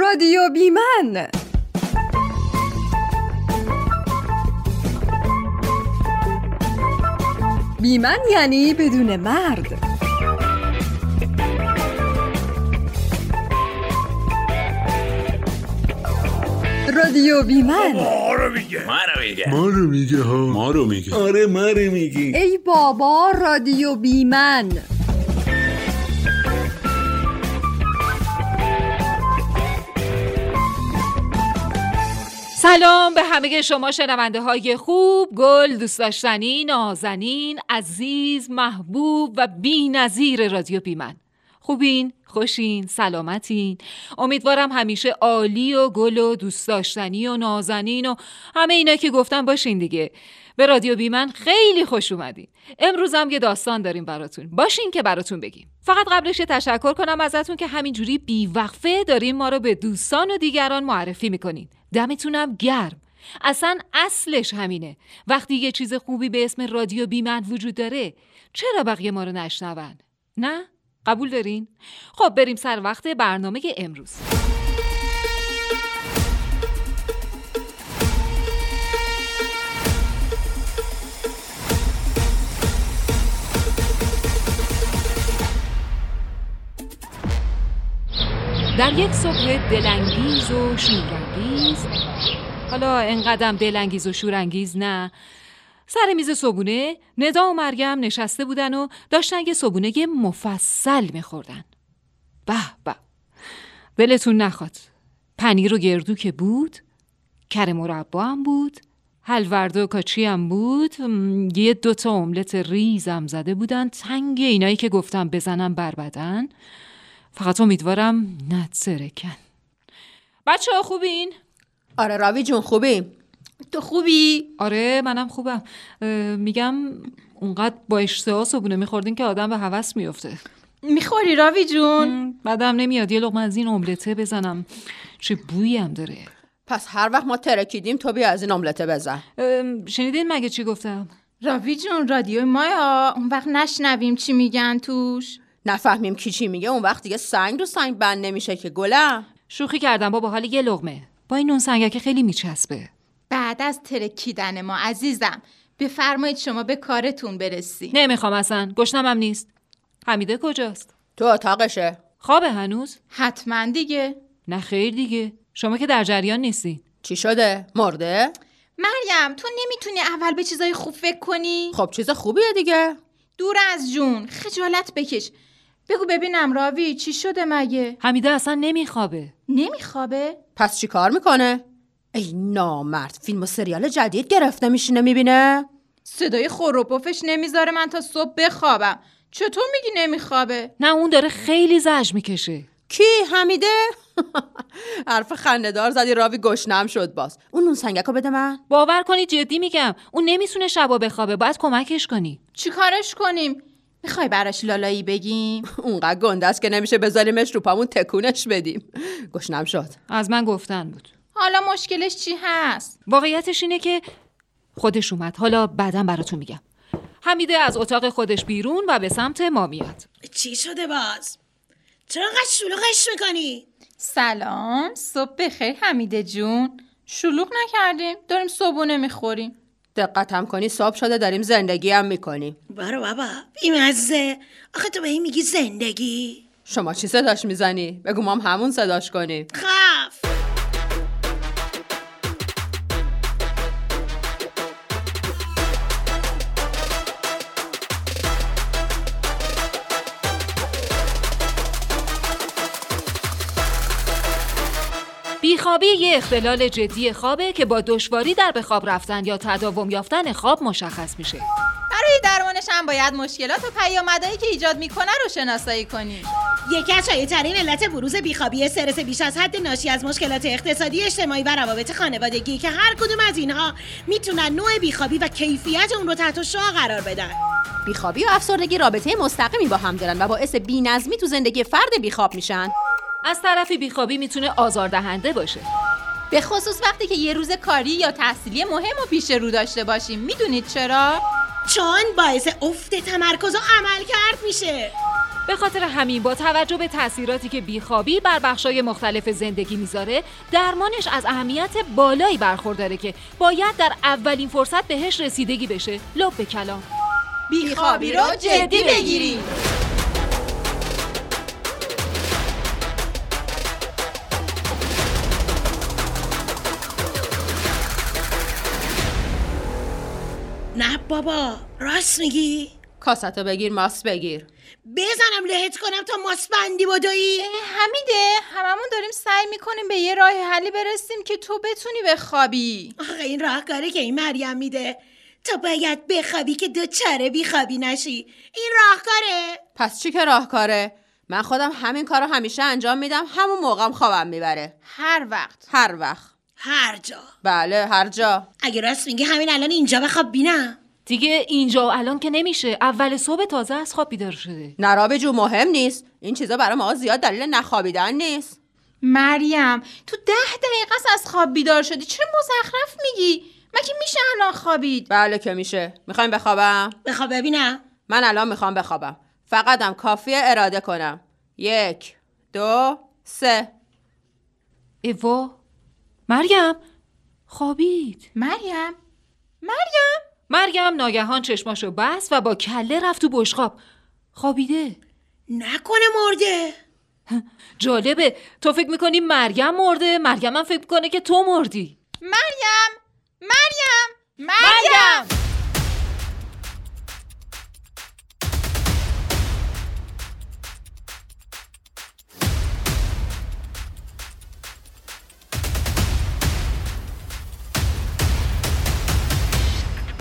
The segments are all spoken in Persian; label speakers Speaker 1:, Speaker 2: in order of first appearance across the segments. Speaker 1: رادیو بی من بی من یعنی بدون مرد رادیو بی من
Speaker 2: ما رو میگه
Speaker 3: ما رو میگه ها
Speaker 2: ما رو میگه
Speaker 3: آره ما رو میگی
Speaker 1: ای بابا رادیو بی من
Speaker 4: سلام به همه شما شنونده های خوب گل دوست داشتنی نازنین عزیز محبوب و بی رادیو بیمن خوبین خوشین سلامتین امیدوارم همیشه عالی و گل و دوست داشتنی و نازنین و همه اینا که گفتم باشین دیگه به رادیو بیمن خیلی خوش اومدین امروز هم یه داستان داریم براتون باشین که براتون بگیم فقط قبلش یه تشکر کنم ازتون که همینجوری بیوقفه دارین ما رو به دوستان و دیگران معرفی میکنین دمتونم گرم اصلا اصلش همینه وقتی یه چیز خوبی به اسم رادیو بیمن وجود داره چرا بقیه ما رو نشنون نه قبول دارین خب بریم سر وقت برنامه امروز در یک صبح دلانگیز و شورانگیز حالا انقدم دلانگیز و شورانگیز نه سر میز صبونه ندا و مریم نشسته بودن و داشتن یه صبونه مفصل میخوردن به به دلتون نخواد پنیر و گردو که بود کره مربا هم بود حلورده و کاچی هم بود م، یه دوتا املت ریز هم زده بودن تنگ اینایی که گفتم بزنم بر بدن فقط امیدوارم نترکن بچه ها خوبین؟
Speaker 5: آره راوی جون خوبی تو خوبی
Speaker 4: آره منم خوبم اه، میگم اونقدر با اشتها صبونه میخوردین که آدم به هوس میفته
Speaker 5: میخوری راوی جون
Speaker 4: بعدم نمیاد یه لقمه از این املته بزنم چه بویی هم داره
Speaker 5: پس هر وقت ما ترکیدیم تو بیا از این املته بزن
Speaker 4: ام، شنیدین مگه چی گفتم
Speaker 6: راوی جون رادیو مایا اون وقت نشنویم چی میگن توش
Speaker 5: نفهمیم کی چی میگه اون وقت دیگه سنگ رو سنگ بند نمیشه که گلم
Speaker 4: شوخی کردم بابا حال یه لقمه با این نون سنگکه خیلی میچسبه
Speaker 6: بعد از ترکیدن ما عزیزم بفرمایید شما به کارتون برسید
Speaker 4: نمیخوام اصلا گشنمم هم نیست حمیده کجاست
Speaker 5: تو اتاقشه
Speaker 4: خوابه هنوز
Speaker 6: حتما دیگه
Speaker 4: نه خیر دیگه شما که در جریان نیستین
Speaker 5: چی شده مرده
Speaker 6: مریم تو نمیتونی اول به چیزای خوب فکر کنی
Speaker 5: خب چیز خوبیه دیگه
Speaker 6: دور از جون خجالت بکش بگو ببینم راوی چی شده مگه
Speaker 4: حمیده اصلا نمیخوابه
Speaker 6: نمیخوابه
Speaker 5: پس چی کار میکنه ای نامرد فیلم و سریال جدید گرفته میشینه میبینه
Speaker 6: صدای خروپفش نمیذاره من تا صبح بخوابم چطور میگی نمیخوابه
Speaker 4: نه اون داره خیلی زج میکشه
Speaker 5: کی حمیده حرف خندهدار زدی راوی گشنم شد باز اون نون سنگک رو بده من
Speaker 4: باور کنی جدی میگم اون نمیتونه شبا بخوابه باید کمکش کنی
Speaker 6: چیکارش کنیم میخوای براش لالایی بگیم
Speaker 5: اونقدر گنده است که نمیشه بذاریمش رو پامون تکونش بدیم گشنم شد
Speaker 4: از من گفتن بود
Speaker 6: حالا مشکلش چی هست
Speaker 4: واقعیتش اینه که خودش اومد حالا بعدا براتون میگم حمیده از اتاق خودش بیرون و به سمت ما میاد
Speaker 7: چی شده باز؟ چرا انقدر شلوغش میکنی؟
Speaker 6: سلام صبح بخیر حمیده جون شلوغ نکردیم داریم صبونه میخوریم
Speaker 5: دقت هم کنی صبح شده داریم زندگی هم میکنیم
Speaker 7: برو بابا بیمزه آخه تو به این میگی زندگی؟
Speaker 5: شما چی صداش میزنی؟ بگو ما هم همون صداش کنیم
Speaker 7: خف
Speaker 4: بیخوابی یه اختلال جدی خوابه که با دشواری در به خواب رفتن یا تداوم یافتن خواب مشخص میشه
Speaker 6: برای درمانش هم باید مشکلات و پیامدهایی که ایجاد میکنه رو شناسایی کنیم
Speaker 7: یکی از شایعترین علت بروز بیخوابی استرس بیش از حد ناشی از مشکلات اقتصادی اجتماعی و روابط خانوادگی که هر کدوم از اینها میتونن نوع بیخوابی و کیفیت اون رو تحت شعا قرار بدن
Speaker 5: بیخوابی و افسردگی رابطه مستقیمی با هم دارن و باعث بینظمی تو زندگی فرد بیخواب میشن
Speaker 4: از طرفی بیخوابی میتونه آزاردهنده باشه
Speaker 6: به خصوص وقتی که یه روز کاری یا تحصیلی مهم و پیش رو داشته باشیم میدونید چرا
Speaker 7: چون باعث افت تمرکز و عمل کرد میشه
Speaker 4: به خاطر همین با توجه به تاثیراتی که بیخوابی بر بخشای مختلف زندگی میذاره درمانش از اهمیت بالایی برخورداره که باید در اولین فرصت بهش رسیدگی بشه لب به کلام
Speaker 5: بیخوابی رو جدی بگیریم
Speaker 7: نه بابا راست میگی
Speaker 5: کاستو بگیر ماس بگیر
Speaker 7: بزنم لهت کنم تا ماس بندی بدوی
Speaker 6: حمیده هممون داریم سعی میکنیم به یه راه حلی برسیم که تو بتونی بخوابی
Speaker 7: آخه این راهکاره که این مریم میده تو باید بخوابی که دوچاره بیخوابی نشی این راهکاره
Speaker 5: پس چی که راهکاره من خودم همین کارو همیشه انجام میدم همون موقعم خوابم میبره
Speaker 6: هر وقت
Speaker 5: هر وقت
Speaker 7: هر جا
Speaker 5: بله هر جا
Speaker 7: اگه راست میگه همین الان اینجا بخواب بینم
Speaker 4: دیگه اینجا و الان که نمیشه اول صبح تازه از خواب بیدار شده
Speaker 5: نرابه جو مهم نیست این چیزا برای ما زیاد دلیل نخوابیدن نیست
Speaker 6: مریم تو ده دقیقه است از خواب بیدار شدی چرا مزخرف میگی مگه میشه الان خوابید
Speaker 5: بله که میشه میخوایم بخوابم
Speaker 7: بخواب ببینم
Speaker 5: من الان میخوام بخوابم فقطم کافیه اراده کنم یک دو سه
Speaker 4: ایوا مریم خوابید
Speaker 6: مریم مریم
Speaker 4: مریم ناگهان چشماشو بست و با کله رفت تو بشقاب خوابیده
Speaker 7: نکنه مرده
Speaker 4: جالبه تو فکر میکنی مریم مرده مریم هم فکر میکنه که تو مردی
Speaker 6: مریم مریم مریم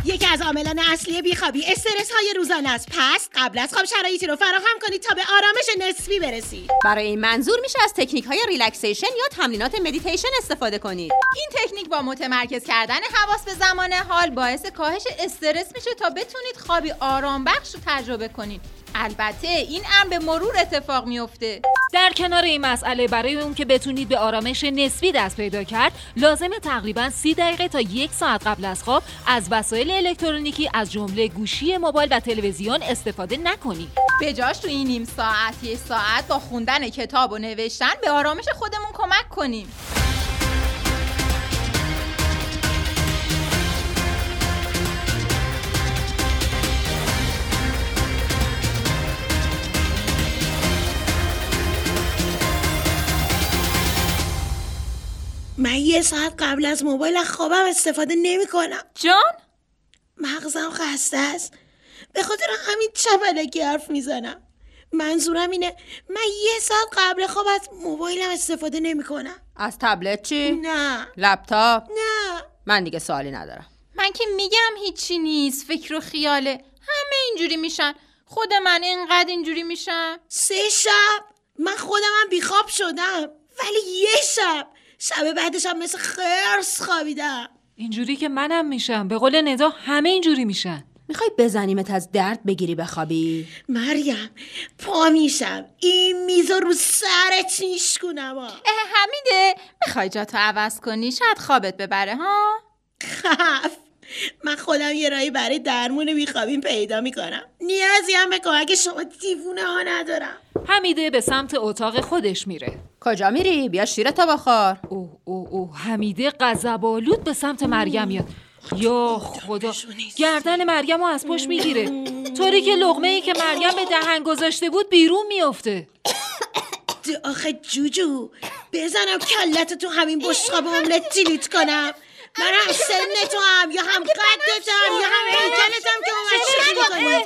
Speaker 7: یکی از عاملان اصلی بیخوابی استرس های روزانه است پس قبل از خواب شرایطی رو فراهم کنید تا به آرامش نسبی برسید
Speaker 5: برای این منظور میشه از تکنیک های ریلکسیشن یا تمرینات مدیتیشن استفاده کنید
Speaker 6: این تکنیک با متمرکز کردن حواس به زمان حال باعث کاهش استرس میشه تا بتونید خوابی آرام بخش رو تجربه کنید البته این امر به مرور اتفاق میفته
Speaker 4: در کنار این مسئله برای اون که بتونید به آرامش نسبی دست پیدا کرد لازمه تقریبا سی دقیقه تا یک ساعت قبل از خواب از وسایل الکترونیکی از جمله گوشی موبایل و تلویزیون استفاده نکنید
Speaker 6: بجاش تو این نیم ساعت یک ساعت با خوندن کتاب و نوشتن به آرامش خودمون کمک کنیم
Speaker 7: من یه ساعت قبل از موبایل از خوابم استفاده نمی کنم
Speaker 6: جان
Speaker 7: مغزم خسته است به خاطر همین چپلکی حرف میزنم منظورم اینه من یه ساعت قبل خواب از موبایلم استفاده نمی کنم
Speaker 5: از تبلت چی
Speaker 7: نه
Speaker 5: لپتاپ
Speaker 7: نه
Speaker 5: من دیگه سوالی ندارم
Speaker 6: من که میگم هیچی نیست فکر و خیاله همه اینجوری میشن خود من اینقدر اینجوری میشم
Speaker 7: سه شب من خودم هم بیخواب شدم ولی یه شب شب بعدش هم مثل خرس خوابیدم
Speaker 4: اینجوری که منم میشم به قول ندا همه اینجوری میشن
Speaker 5: میخوای بزنیمت از درد بگیری بخوابی
Speaker 7: مریم پا میشم این میز رو سرت میشکونم آ.
Speaker 6: اه، حمیده میخوای جاتو عوض کنی شاید خوابت ببره ها
Speaker 7: خف من خودم یه راهی برای درمون بیخوابیم پیدا میکنم نیازی هم به کمک شما دیوونه ها ندارم
Speaker 4: حمیده به سمت اتاق خودش میره
Speaker 5: کجا میری بیا شیرتو بخور
Speaker 4: اوه اوه اوه حمیده غضب‌آلود به سمت مریم میاد یا خدا گردن مریم رو از پشت میگیره طوری که لغمه ای که مریم به دهن گذاشته بود بیرون میافته
Speaker 7: دی آخه جوجو بزنم کلت تو همین بشقاب املت تیلیت کنم من هم سن تو هم یا هم قدت هم یا هم هیکلت هم که اومد شوخی میکنی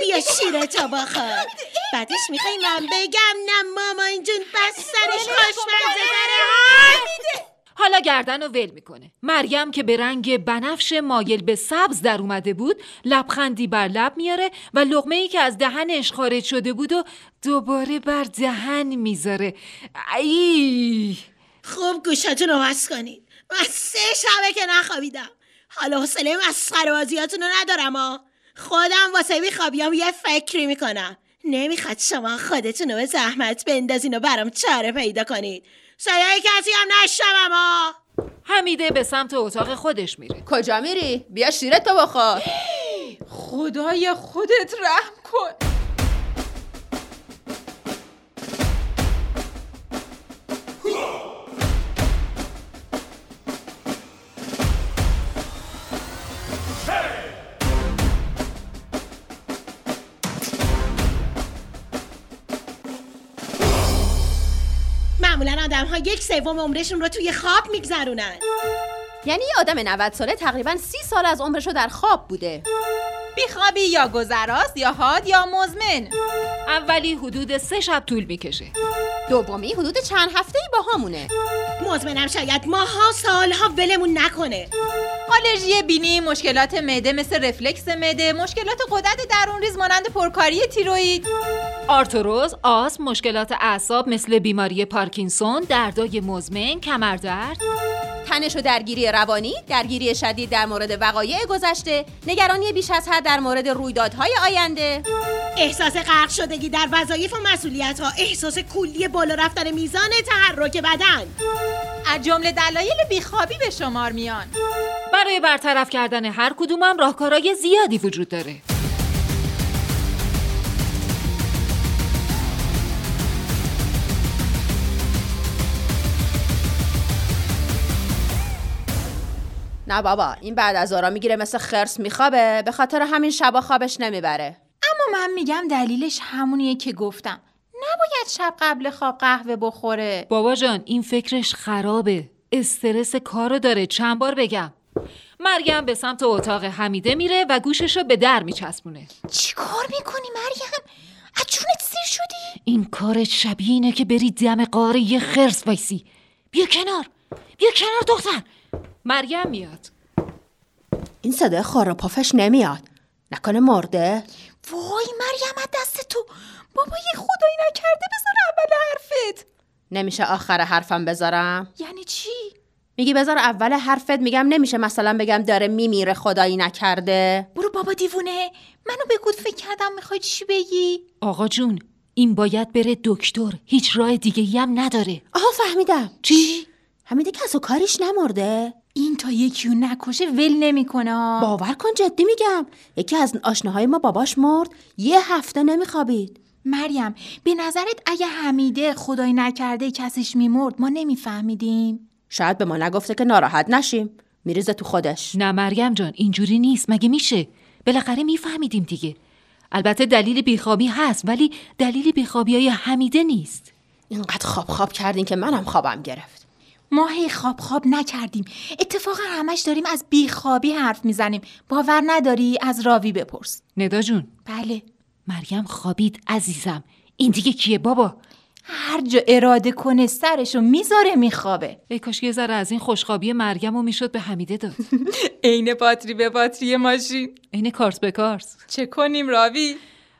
Speaker 7: بیا شیره تا بخور بعدش میخوای من بگم نه مامان جون بس سرش خوشمزه داره ها
Speaker 4: حالا گردن رو ول میکنه مریم که به رنگ بنفش مایل به سبز در اومده بود لبخندی بر لب میاره و لغمه ای که از دهنش خارج شده بود و دوباره بر دهن میذاره ای
Speaker 7: خب گوشتون رو بس کنید من سه شبه که نخوابیدم حالا حوصله مسخره بازیاتون رو ندارم ها خودم واسه بیخوابیام یه فکری میکنم نمیخواد شما خودتون رو به زحمت بندازین و برام چاره پیدا کنید صدای کسی هم نشنوم ها
Speaker 4: حمیده به سمت اتاق خودش میره
Speaker 5: کجا میری بیا شیرتو بخور
Speaker 6: خدای خودت رحم کن
Speaker 7: آدم ها یک سوم عمرشون رو توی خواب میگذرونن
Speaker 5: یعنی یه آدم 90 ساله تقریبا 30 سال از عمرش رو در خواب بوده
Speaker 6: بیخوابی یا گذراست یا حاد یا مزمن
Speaker 4: اولی حدود سه شب طول میکشه
Speaker 5: دومی حدود چند هفته ای با همونه
Speaker 7: مزمنم شاید ماها سالها ولمون نکنه
Speaker 6: آلرژی بینی مشکلات معده مثل رفلکس معده مشکلات قدرت درون ریز مانند پرکاری تیروید
Speaker 4: آرتروز، آسم، مشکلات اعصاب مثل بیماری پارکینسون، دردای مزمن، کمردرد
Speaker 5: تنش و درگیری روانی درگیری شدید در مورد وقایع گذشته نگرانی بیش از حد در مورد رویدادهای آینده
Speaker 7: احساس غرق شدگی در وظایف و مسئولیت ها احساس کلی بالا رفتن میزان تحرک بدن
Speaker 6: از جمله دلایل بیخوابی به شمار میان
Speaker 4: برای برطرف کردن هر کدومم راهکارهای زیادی وجود داره
Speaker 5: نه بابا این بعد از آرا میگیره مثل خرس میخوابه به خاطر همین شبا خوابش نمیبره
Speaker 6: اما من میگم دلیلش همونیه که گفتم نباید شب قبل خواب قهوه بخوره
Speaker 4: بابا جان این فکرش خرابه استرس کارو داره چند بار بگم مریم به سمت اتاق حمیده میره و گوشش رو به در میچسبونه
Speaker 6: چی کار میکنی مریم؟ از چونت سیر شدی؟
Speaker 4: این کارت شبیه اینه که بری دم قاره یه خرس وایسی بیا کنار بیا کنار دختر مریم میاد
Speaker 5: این صدای خار و پافش نمیاد نکنه مرده
Speaker 6: وای مریم از دست تو بابا یه خدایی نکرده بذار اول حرفت
Speaker 5: نمیشه آخر حرفم بذارم
Speaker 6: یعنی چی؟
Speaker 5: میگی بذار اول حرفت میگم نمیشه مثلا بگم داره میمیره خدایی نکرده
Speaker 6: برو بابا دیوونه منو به گود فکر کردم میخوای چی بگی؟
Speaker 4: آقا جون این باید بره دکتر هیچ راه دیگه هم نداره
Speaker 5: آها فهمیدم
Speaker 4: چی؟
Speaker 5: حمیده کس و کاریش نمرده
Speaker 6: این تا یکیو نکشه ول نمیکنه ها.
Speaker 5: باور کن جدی میگم یکی از آشناهای ما باباش مرد یه هفته نمیخوابید
Speaker 6: مریم به نظرت اگه حمیده خدای نکرده کسش میمرد ما نمیفهمیدیم
Speaker 5: شاید به ما نگفته که ناراحت نشیم میریزه تو خودش
Speaker 4: نه مریم جان اینجوری نیست مگه میشه بالاخره میفهمیدیم دیگه البته دلیل بیخوابی هست ولی دلیل بیخوابی های حمیده نیست
Speaker 5: اینقدر خواب خواب کردین که منم خوابم گرفت
Speaker 6: ما هی خواب خواب نکردیم اتفاقا همش داریم از بیخوابی حرف میزنیم باور نداری از راوی بپرس
Speaker 4: ندا جون
Speaker 6: بله
Speaker 4: مریم خوابید عزیزم این دیگه کیه بابا
Speaker 6: هر جا اراده کنه سرشو میذاره میخوابه
Speaker 4: ای کاش یه ذره از این خوشخوابی مریم رو میشد به حمیده داد
Speaker 6: عین باتری به باتری ماشین
Speaker 4: عین کارت به کارت
Speaker 6: چه کنیم راوی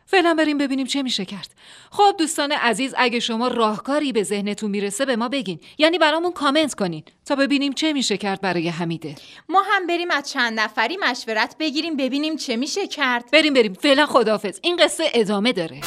Speaker 4: فعلا بریم ببینیم چه میشه کرد خب دوستان عزیز اگه شما راهکاری به ذهنتون میرسه به ما بگین یعنی برامون کامنت کنین تا ببینیم چه میشه کرد برای حمیده
Speaker 6: ما هم بریم از چند نفری مشورت بگیریم ببینیم چه میشه کرد
Speaker 4: بریم بریم فعلا خداحافظ این قصه ادامه داره